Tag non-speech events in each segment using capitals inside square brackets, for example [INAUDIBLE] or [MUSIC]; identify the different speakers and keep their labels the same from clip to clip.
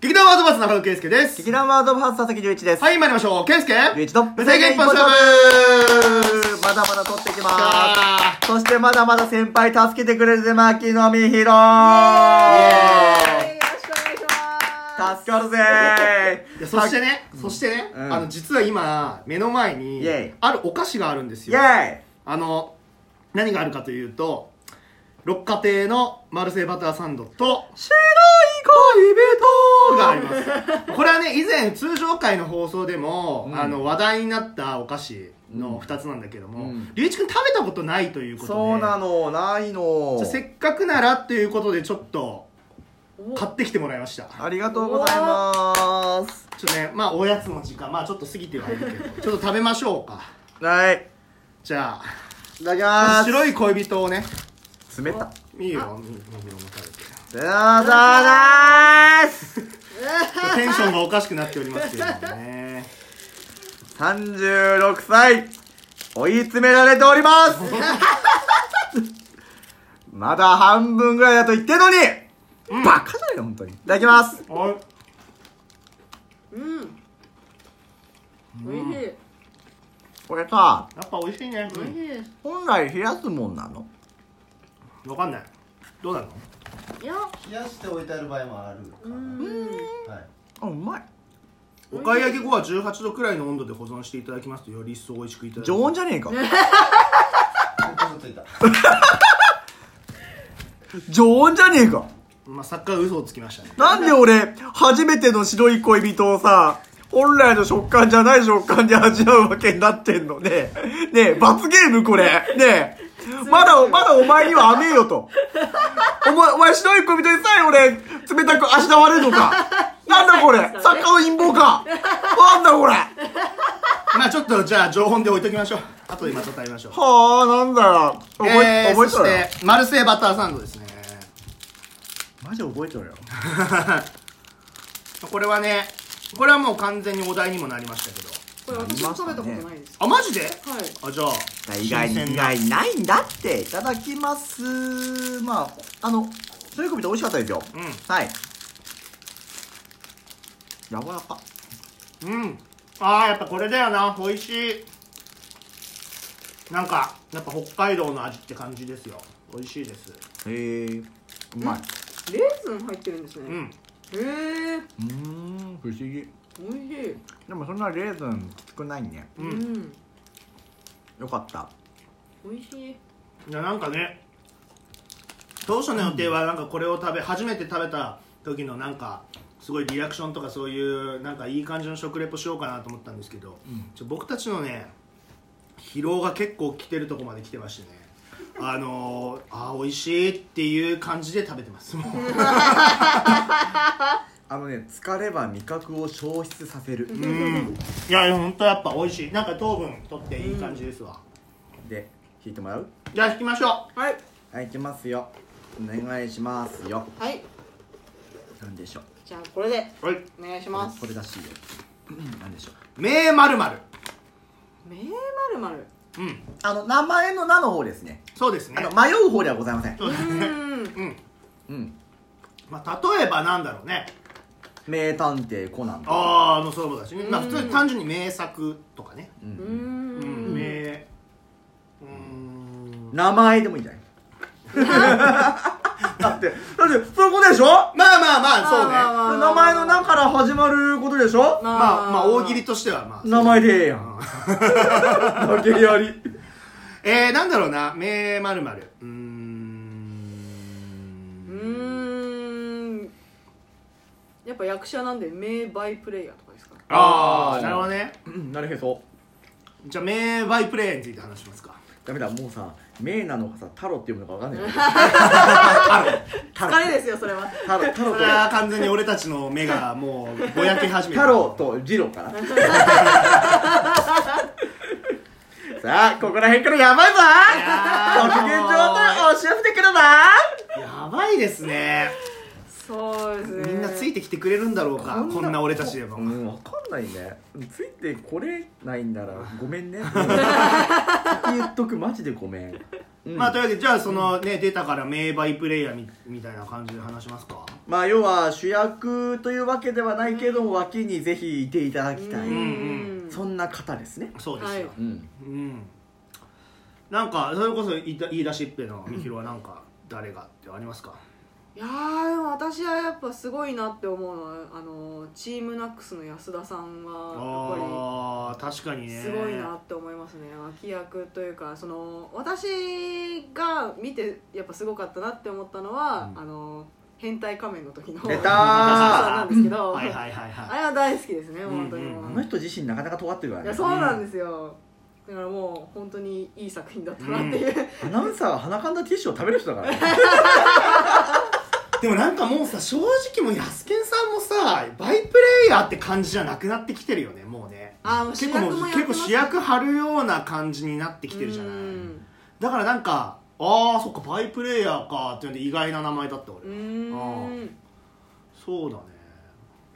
Speaker 1: 劇団ワードバース中野圭介です。
Speaker 2: 劇団ワードオブハウス佐々木隆一です。
Speaker 1: はい、参りましょう。圭介
Speaker 2: 隆一と、
Speaker 1: 無制限一本勝負
Speaker 2: まだまだ撮っていきま
Speaker 1: あ
Speaker 2: す。そしてまだまだ先輩助けてくれるぜ、牧野美弘
Speaker 1: イ
Speaker 3: よろしくお願いします。
Speaker 2: 助かるぜ
Speaker 1: ーいやそしてね、そしてね、
Speaker 2: うん
Speaker 1: あの、実は今、目の前に
Speaker 2: イェイ、
Speaker 1: あるお菓子があるんです
Speaker 2: イ
Speaker 1: よ。
Speaker 2: ェ
Speaker 1: あの、何があるかというと、六花亭のマルセイバターサンドと、白い恋人があります。これはね、以前通常回の放送でも、
Speaker 2: うん
Speaker 1: あの、話題になったお菓子の二つなんだけども、
Speaker 2: うん
Speaker 1: 龍一くん食べたことないという
Speaker 2: イ
Speaker 1: ことで、
Speaker 2: そうなの、ないの
Speaker 1: じゃあ。せっかくならっていうことでちょっと買ってきてもらいました
Speaker 2: ありがとうございます。
Speaker 1: ちょっとねまあおやつの時間まあちょっと過ぎてはいるけ [LAUGHS] どちょっと食べましょうか
Speaker 2: はい。
Speaker 1: じゃ
Speaker 2: いただき
Speaker 1: あ
Speaker 2: ます。
Speaker 1: 白い恋人をね
Speaker 2: 冷た。
Speaker 1: いいよみみみも食べて
Speaker 2: さあさあで
Speaker 1: ち
Speaker 2: す
Speaker 1: ょっとテンションがおかしくなっておりますけども [LAUGHS] ね
Speaker 2: 36歳追い詰められております [LAUGHS] まだ半分ぐらいだと言ってんのに、バカだよ本当にいただきます
Speaker 1: おい
Speaker 3: うん。美味しい。
Speaker 2: これさ
Speaker 1: やっぱ美味しいね、
Speaker 3: 美味しいです。
Speaker 2: 本来冷やすもんなの
Speaker 1: うん、わかんないどうなの
Speaker 3: いや、
Speaker 4: 冷やして置いてある場合もあるか
Speaker 3: うん。
Speaker 4: な、はい、
Speaker 2: あうまい
Speaker 1: お買い上げ後は18度くらいの温度で保存していただきますとより一層美味しくいただけ
Speaker 2: 常温じゃねえか
Speaker 4: 嘘ついた
Speaker 2: 常温じゃねえか
Speaker 1: まあ作家が嘘をつきましたね
Speaker 2: なんで俺初めての白い恋人をさ本来の食感じゃない食感で味わうわけになってんのねえねえ罰ゲームこれねえまだまだお前には甘えよとお前お前白い恋人にさえ俺冷たくあしらわれるのかなんだこれ作家の陰謀かなんだこれ
Speaker 1: まあちょっとじゃあ常温で置いときましょう後でまた食べましょう
Speaker 2: はあなんだよ覚え,、
Speaker 1: えー、
Speaker 2: 覚
Speaker 1: そ
Speaker 2: えと
Speaker 1: し
Speaker 2: るよ
Speaker 1: てマルセイバターサンドですね [LAUGHS]
Speaker 2: マジ覚えとるよ
Speaker 1: これはねこれはもう完全にお題にもなりましたけど
Speaker 3: これ私も食べたことないです。
Speaker 1: あマジで
Speaker 3: はい。
Speaker 1: あじゃあ
Speaker 2: 意外
Speaker 1: 新鮮
Speaker 2: に意
Speaker 1: な
Speaker 2: 外にないんだっていただきますまああの白い恋人美味しかったですよはい。柔らか。
Speaker 1: うんうんあーやっぱこれだよな美味しいなんかやっぱ北海道の味って感じですよ美味しいです
Speaker 2: へえ。うまい。
Speaker 3: レーズン入ってるんです
Speaker 1: う
Speaker 3: ね。
Speaker 1: ん
Speaker 3: へえ。
Speaker 2: うーん、不思議。
Speaker 3: 美味しい。
Speaker 2: でもそんなレーズン少ないね。
Speaker 1: う
Speaker 3: うんん。
Speaker 2: よかった。
Speaker 3: 美味しい。
Speaker 1: いやなんかね当初の予定はなんかこれを食べ初めて食べた時のなんかすごいリアクションとかそういうなんかいい感じの食レポしようかなと思ったんですけど、ちょ僕たちのね疲労が結構来てるとこまで来てましてねあのー、あー美味しいっていう感じで食べて [LAUGHS] ますもう
Speaker 2: あのね、疲れば味覚を消失させる。
Speaker 1: うんいや本当やっぱ美味しいなんか糖分取っていい感じですわ、
Speaker 2: で、引いてもらう
Speaker 1: じゃあ引きましょ
Speaker 3: はい。
Speaker 2: はい、いきますよ。お願いしますよ。
Speaker 3: はい。
Speaker 2: なんでしょう。
Speaker 3: じゃあこれで
Speaker 1: うはい
Speaker 3: お願いします
Speaker 2: こ。れらしいよ。うんなんでしょう。
Speaker 1: 名まるまる
Speaker 3: めーまるまる。
Speaker 1: うん
Speaker 2: あの、名前の名の方ですね。
Speaker 1: そうですね
Speaker 2: あの、迷う方ではございません。
Speaker 1: そうです
Speaker 3: う
Speaker 1: ね
Speaker 3: ん。
Speaker 1: うん
Speaker 2: うん。
Speaker 1: まあ、例えばなんだろうね
Speaker 2: 名探偵コナンとか。
Speaker 1: ああもうそうだしね、まあ、
Speaker 3: うん
Speaker 1: 普通に単純に名作とかね、
Speaker 2: う。
Speaker 3: うん。
Speaker 1: うんん、名うーん
Speaker 2: 名前でもいい
Speaker 1: [LAUGHS]
Speaker 2: んじゃないだって、だって、そういうことでしょ
Speaker 1: まあまあまあそうね
Speaker 3: まあまあ
Speaker 2: 名前の名から始まることでしょ
Speaker 3: ま
Speaker 1: まあまあ大喜利。としてはまあ
Speaker 2: 名前でええや
Speaker 1: [LAUGHS]
Speaker 2: ん。だけやり。
Speaker 1: えー、なんだろうな名まるまるうー
Speaker 3: うんーん。やっぱ役者なんで名バイプレイヤーとかですか。
Speaker 1: ああなるほどね
Speaker 2: うん、なるへそ。
Speaker 1: じゃあ名バイプレイについて話しますか
Speaker 2: ダメだ、もうさ、名なのかさ、太郎って読むのかわかんない。 [LAUGHS] 太郎
Speaker 3: 疲れですよそれは。
Speaker 2: 太郎、太郎
Speaker 1: それは完全に俺たちの目がもうぼやけ始
Speaker 2: と、
Speaker 1: め
Speaker 2: 太郎と次郎か
Speaker 1: [LAUGHS]
Speaker 2: な。さあ、ここら辺からやばいぞ
Speaker 1: いやー
Speaker 2: ご機嫌状態押し寄せてくるぞ
Speaker 1: やばいですね
Speaker 3: そうですね。
Speaker 1: みんなついてきてくれるんだろうかこんな俺たちでも
Speaker 2: うん、わかんないね。ついてこれないんなら、ごめ [LAUGHS] んね。先言っとく、マジでごめん。うん
Speaker 1: まあというわけでじゃあそのね、出たから名バイプレイヤーみみたいな感じで話しますか
Speaker 2: まあ要は主役というわけではないけども脇にぜひいていただきたい、
Speaker 1: うん
Speaker 2: そんな方ですね
Speaker 1: そうですよ、
Speaker 3: はい
Speaker 2: うん
Speaker 1: うんなんかそれこそ言いた言い出しっぺのみひろはなんか誰がってありますか
Speaker 3: いやーでも私はやっぱすごいなって思うのはあのチームナックスの安田さんはやっ
Speaker 1: あ
Speaker 3: ぱり
Speaker 1: ー確かにね
Speaker 3: すごいなって思いますね脇役というかその私が見てやっぱすごかったなって思ったのは、
Speaker 1: うん
Speaker 3: あの変態仮面の時の
Speaker 2: 出たー
Speaker 3: さんなんですけど、
Speaker 1: はいはいはいは
Speaker 3: あれは大好きですね本当にも
Speaker 1: う
Speaker 3: う、
Speaker 1: ん
Speaker 2: あ
Speaker 1: うん
Speaker 2: の人自身なかなか尖ってるから
Speaker 3: いや
Speaker 2: ね
Speaker 3: そうなんですよ、だからもう本当にいい作品だったなっていう、
Speaker 2: アナウンサーは鼻かんだティッシュを食べる人だからね
Speaker 1: いでもなんかもうさ正直もうヤスケンさんもさバイプレイヤーって感じじゃなくなってきてるよねもうね
Speaker 3: あーもう
Speaker 1: 結構もう
Speaker 3: やって
Speaker 1: 結
Speaker 3: ま
Speaker 1: 構
Speaker 3: す
Speaker 1: 主役張るような感じになってきてるじゃない
Speaker 3: うん
Speaker 1: だからなんかああそっかバイプレイヤーかっていうので意外な名前だった俺
Speaker 3: うーん
Speaker 1: そうだね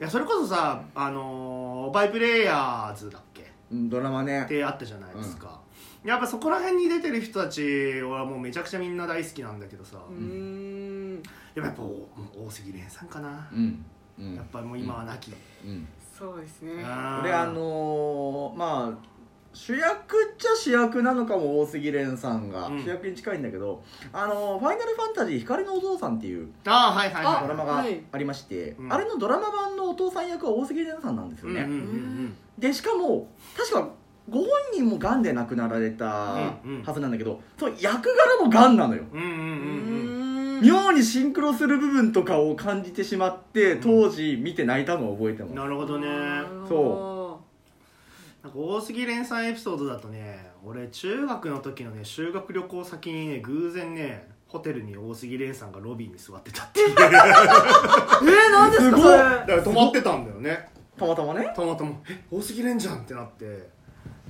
Speaker 1: いやそれこそさあのーバイプレイヤーズだっけ
Speaker 2: [LAUGHS] うんドラマね
Speaker 1: ってあったじゃないですか、やっぱそこら辺に出てる人たちはもうめちゃくちゃみんな大好きなんだけどさ、
Speaker 3: うーん
Speaker 1: でもやっぱお大杉蓮さんかな
Speaker 2: う、んうん
Speaker 1: やっぱもう今は亡き、
Speaker 2: うん
Speaker 3: そうですね
Speaker 1: あー
Speaker 2: 俺あのーまあ主役っちゃ主役なのかも大杉蓮さんが、
Speaker 1: うん
Speaker 2: 主役に近いんだけどあのーファイナルファンタジー光のお父さん」っていう
Speaker 1: ああはいはいはい
Speaker 3: あ
Speaker 2: ドラマが
Speaker 3: はい
Speaker 2: ありまして、
Speaker 1: うん
Speaker 2: あれのドラマ版のお父さん役は大杉蓮さんなんです
Speaker 1: う
Speaker 2: よ
Speaker 1: んう
Speaker 2: ね、
Speaker 1: んうんうん
Speaker 2: でしかも確かご本人もがんで亡くなられたは
Speaker 1: うんうん
Speaker 2: ずなんだけど、その役柄もがんなのよ
Speaker 1: うんうん
Speaker 3: う
Speaker 1: うん
Speaker 3: ーん
Speaker 2: 妙にシンクロする部分とかを感じてしまって
Speaker 1: うん
Speaker 2: 当時見て泣いたのを覚えて
Speaker 1: うんな
Speaker 2: ます
Speaker 1: るほどね
Speaker 3: な
Speaker 1: な
Speaker 3: るほど
Speaker 2: そ
Speaker 1: んか大杉蓮さんエピソードだとね俺中学の時のね修学旅行先にね偶然ねホテルに大杉蓮さんがロビーに座ってたっていうだ
Speaker 3: えー、なんですか
Speaker 2: す
Speaker 3: そ
Speaker 2: ごい
Speaker 3: れ
Speaker 1: から泊まってた [LAUGHS] んだよね
Speaker 2: たまたまね
Speaker 1: たまたま「え大杉蓮じゃん」ってなって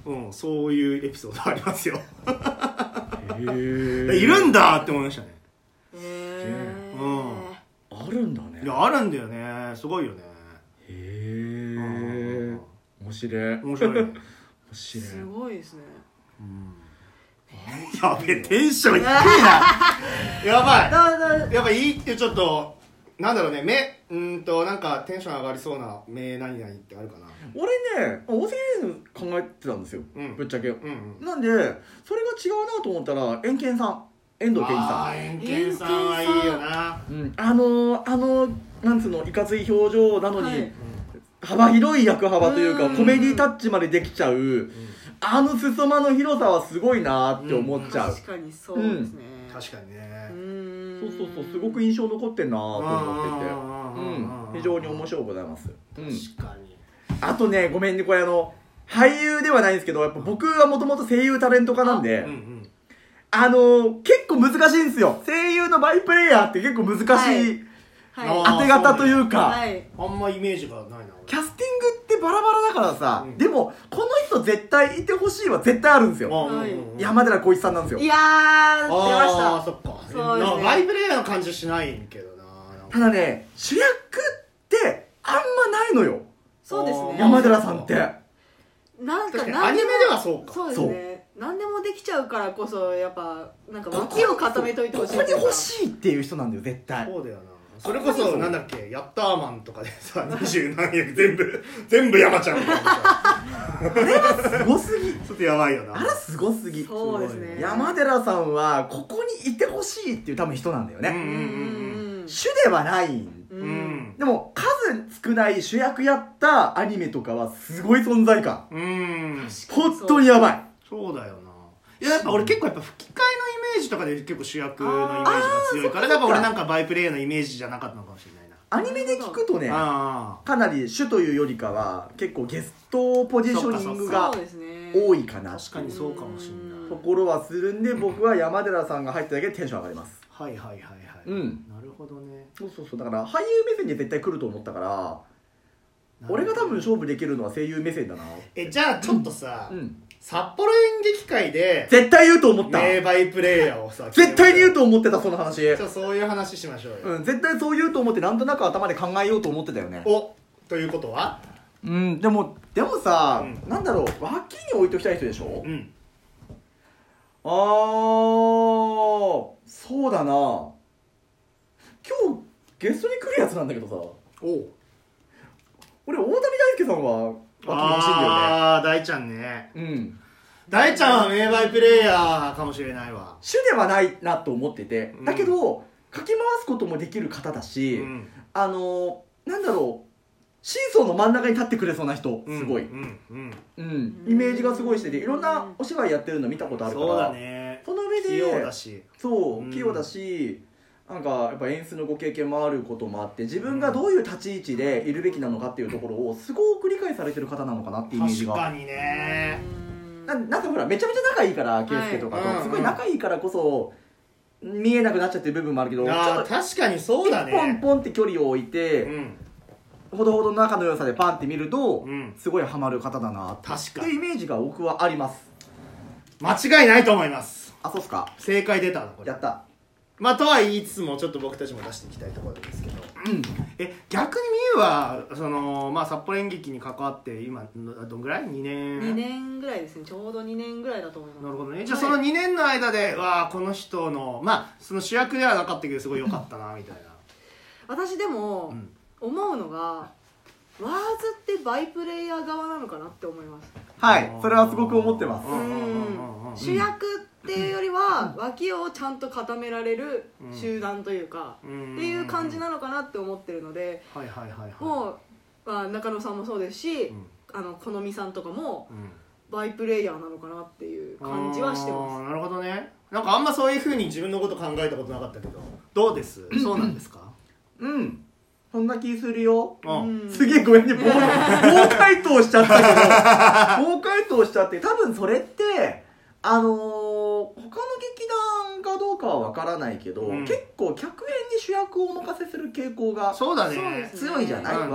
Speaker 1: うんそういうエピソードありますよえい
Speaker 2: い
Speaker 1: るんだって思いましたね
Speaker 3: えー
Speaker 1: うん
Speaker 2: あるんだね
Speaker 1: いやあるんだよねすごいよね
Speaker 2: へ
Speaker 1: うん
Speaker 2: え
Speaker 1: うん
Speaker 2: 面白い
Speaker 1: 面白い
Speaker 2: [LAUGHS]
Speaker 1: ね、
Speaker 2: 面白い
Speaker 3: すごいですね
Speaker 1: うん、やべえテンション低いな [LAUGHS] やばい
Speaker 3: だだ
Speaker 1: やっぱいいってちょっとなんだろうね目うーんとなんかテンション上がりそうな目何々ってあるかな
Speaker 2: 俺ね大杉蓮考えてたんですよ
Speaker 1: うん
Speaker 2: ぶっちゃけ
Speaker 1: うんうん
Speaker 2: なんでそれが違うなと思ったらエンケンさん遠藤健一さん
Speaker 1: あーエンケンさんはいいよな
Speaker 2: うん、あのー、あのなんつうのいかつい表情なのに、
Speaker 3: はい
Speaker 2: 幅広い役幅というか
Speaker 3: うん
Speaker 2: コメディタッチまでできちゃうあの裾間の広さはすごいなーって思っちゃう、
Speaker 3: 確かにそうですね、
Speaker 1: 確かに
Speaker 3: う
Speaker 1: ね
Speaker 3: ーん
Speaker 2: そうそうそうすごく印象残ってんなーと思ってて
Speaker 1: 思
Speaker 2: うん非常に面白いございます、うん、
Speaker 1: 確かに
Speaker 2: あとねごめんねこれあの俳優ではないんですけどやっぱ僕はもともと声優タレント家なんで、
Speaker 1: うん
Speaker 2: あのー、結構難しいんですよ声優のバイプレイヤーって結構難しい
Speaker 3: はい
Speaker 2: 当て方というか、
Speaker 3: はい
Speaker 1: うんあんまイメージがないな俺
Speaker 2: キャスティングってバラバラだからさ、
Speaker 1: うん
Speaker 2: でもこの人絶対いてほしいは絶対あるんですよ、
Speaker 1: あ
Speaker 3: はい
Speaker 1: うんうん
Speaker 2: 山寺宏一さんなんです
Speaker 3: い
Speaker 2: よ
Speaker 3: やー
Speaker 1: あ
Speaker 3: 出ました
Speaker 1: あそっか
Speaker 3: そうですね
Speaker 1: なんかバイプレイヤーの感じしないけどななんか
Speaker 2: ただね主役ってあんまないのよ
Speaker 3: そうです
Speaker 1: あ
Speaker 3: ね
Speaker 1: ー
Speaker 2: 山寺さんって
Speaker 3: なん
Speaker 1: 確
Speaker 3: か
Speaker 1: かにア
Speaker 3: 何
Speaker 1: ニ
Speaker 3: で
Speaker 1: メ
Speaker 3: も
Speaker 1: ではそうか
Speaker 3: そうですね何でもできちゃうからこそやっぱなんか脇を固めといてほしい
Speaker 2: ここに
Speaker 3: というか
Speaker 2: 欲しいっていう人なんだよ絶対
Speaker 1: そうだよなそれこそなんだっけヤッターマンとかで [LAUGHS] さ二十何役全部全部山ちゃんみたいな [LAUGHS] さ
Speaker 2: すごすぎ
Speaker 1: ちょっとやばいよな
Speaker 2: あらすごすぎ
Speaker 3: そうですね
Speaker 2: 山寺さんはここにいてほしいっていう多分人なんだよ
Speaker 1: うん
Speaker 2: ね、
Speaker 3: うん
Speaker 2: 主ではないん
Speaker 3: う
Speaker 1: うんん
Speaker 2: でも数少ない主役やったアニメとかはすごい存在感
Speaker 1: うん
Speaker 2: 本当にやばい
Speaker 1: そうだよないややっぱ俺結構やっぱ吹き替えのイメージとかで結構主役のイメージが強いからだから俺なんかバイプレイヤーのイメージじゃなかったのかもしれないな
Speaker 2: アニメで聞くとね
Speaker 1: あ
Speaker 2: かなり主というよりかは結構ゲストポジショニングが
Speaker 3: そうですね
Speaker 2: 多
Speaker 3: い
Speaker 2: いか
Speaker 1: あ
Speaker 2: な
Speaker 1: 確かにそうかもしれない
Speaker 2: ところはするんで僕は山寺さんが入っただけでテンション上がります
Speaker 1: はいはいはいはい、
Speaker 2: うん
Speaker 1: なるほどね
Speaker 2: そうそうそうだから俳優目線で絶対来ると思ったから俺が多分勝負できるのは声優目線だな
Speaker 1: えじゃあちょっとさ、
Speaker 2: うん
Speaker 1: 札幌演劇界で
Speaker 2: 絶対言うと思った
Speaker 1: 名バイプレイヤーを [LAUGHS] さ
Speaker 2: 絶対に言う
Speaker 1: と
Speaker 2: と思ってたその話
Speaker 1: じゃあそういう話しましょうよ、
Speaker 2: うん絶対そう言うと思ってなんとなく頭で考えようと思ってたよね
Speaker 1: おということは
Speaker 2: うんでもでもさ
Speaker 1: う
Speaker 2: なんだろう脇に置いときたい人でしょ
Speaker 1: うん
Speaker 2: あーそうだな今日ゲストに来るやつなんだけどさ
Speaker 1: おう
Speaker 2: 俺大谷大輔さんはあ
Speaker 1: ああ大ちゃんね
Speaker 2: ってほしいんだよねうん
Speaker 1: 大ちゃんは名バイプレイヤーかもしれないわ
Speaker 2: 主ではないなと思ってて
Speaker 1: うん
Speaker 2: だけど、かき回すこともできる方だし、
Speaker 1: うん
Speaker 2: あのーなんだろうシーソーの真ん中に立ってくれそうな人すごい、
Speaker 1: うんうん
Speaker 2: うん、イメージがすごいしてていろんなお芝居やってるの見たことあるから
Speaker 1: そうだね
Speaker 2: その上で
Speaker 1: 器用だし
Speaker 2: そう、
Speaker 1: うん
Speaker 2: 器用だしなんかやっぱ演出のご経験もあることもあって自分がどういう立ち位置でいるべきなのかっていうところをすごく理解されてる方なのかなってイメージ
Speaker 1: 確
Speaker 2: が
Speaker 1: かにね
Speaker 2: ななんかほらめちゃめちゃ仲いいから圭介とかと、
Speaker 1: はい
Speaker 2: すごい仲いいからこそ見えなくなっちゃってる部分もあるけどちょ
Speaker 1: あ
Speaker 2: っ
Speaker 1: ー確かにそうだ
Speaker 2: とポン
Speaker 1: ね
Speaker 2: ポンって距離を置いうて、
Speaker 1: ん
Speaker 2: ほどほどの仲の良さでパンって見ると、
Speaker 1: うん
Speaker 2: すごいハマる方だなって
Speaker 1: 確か
Speaker 2: いうイメージが僕はあります
Speaker 1: 間違いないと思います
Speaker 2: あそうっすか
Speaker 1: 正解出たなこれ
Speaker 2: やった
Speaker 1: まあとは言いつつもちょっと僕たちも出していきたいところですけど、え逆にみゆはその、まあ、札幌演劇に関わって今どんぐらい2年
Speaker 3: 2年ぐらいですねちょうど2年ぐらいだと思います
Speaker 1: なるほどねじゃあ
Speaker 3: はい
Speaker 1: その2年の間で、わあこの人のまあその主役ではなかったけどすごい良かったなみたい
Speaker 3: 私で
Speaker 1: な、う
Speaker 3: も
Speaker 1: ん、
Speaker 3: 思うのが、ワーズってバイプレイヤー側なのかなって思います
Speaker 2: はいそれはすごく思ってます
Speaker 1: うんうんうんうん
Speaker 3: 主役っていうよりは脇をちゃんと固められる集団というか、
Speaker 1: うん
Speaker 3: っていう感じなのかなって思ってるので、
Speaker 1: はいはいはいはい
Speaker 3: もう、まあ、中野さんもそうですし、
Speaker 1: うん
Speaker 3: あの好みさんとかも
Speaker 1: うん
Speaker 3: バイプレイヤーなのかなっていう感じはして
Speaker 1: あー
Speaker 3: ま
Speaker 1: なるほどねなんかあんまそういうふうに自分のこと考えたことなかったけどどうですそうなんですか
Speaker 2: うんそんな気するよ
Speaker 1: うん
Speaker 3: す、
Speaker 2: す
Speaker 3: うん
Speaker 2: げえごめんね、棒、棒回答しちゃった
Speaker 1: [LAUGHS]
Speaker 2: けど、棒回答しちゃって、多分それって、あのー他の劇団かどうかはわからないけど、
Speaker 1: うん
Speaker 2: 結構客演に主役をお任せする傾向が
Speaker 1: そうだね
Speaker 3: そうですね
Speaker 2: 強いじゃない、
Speaker 1: うん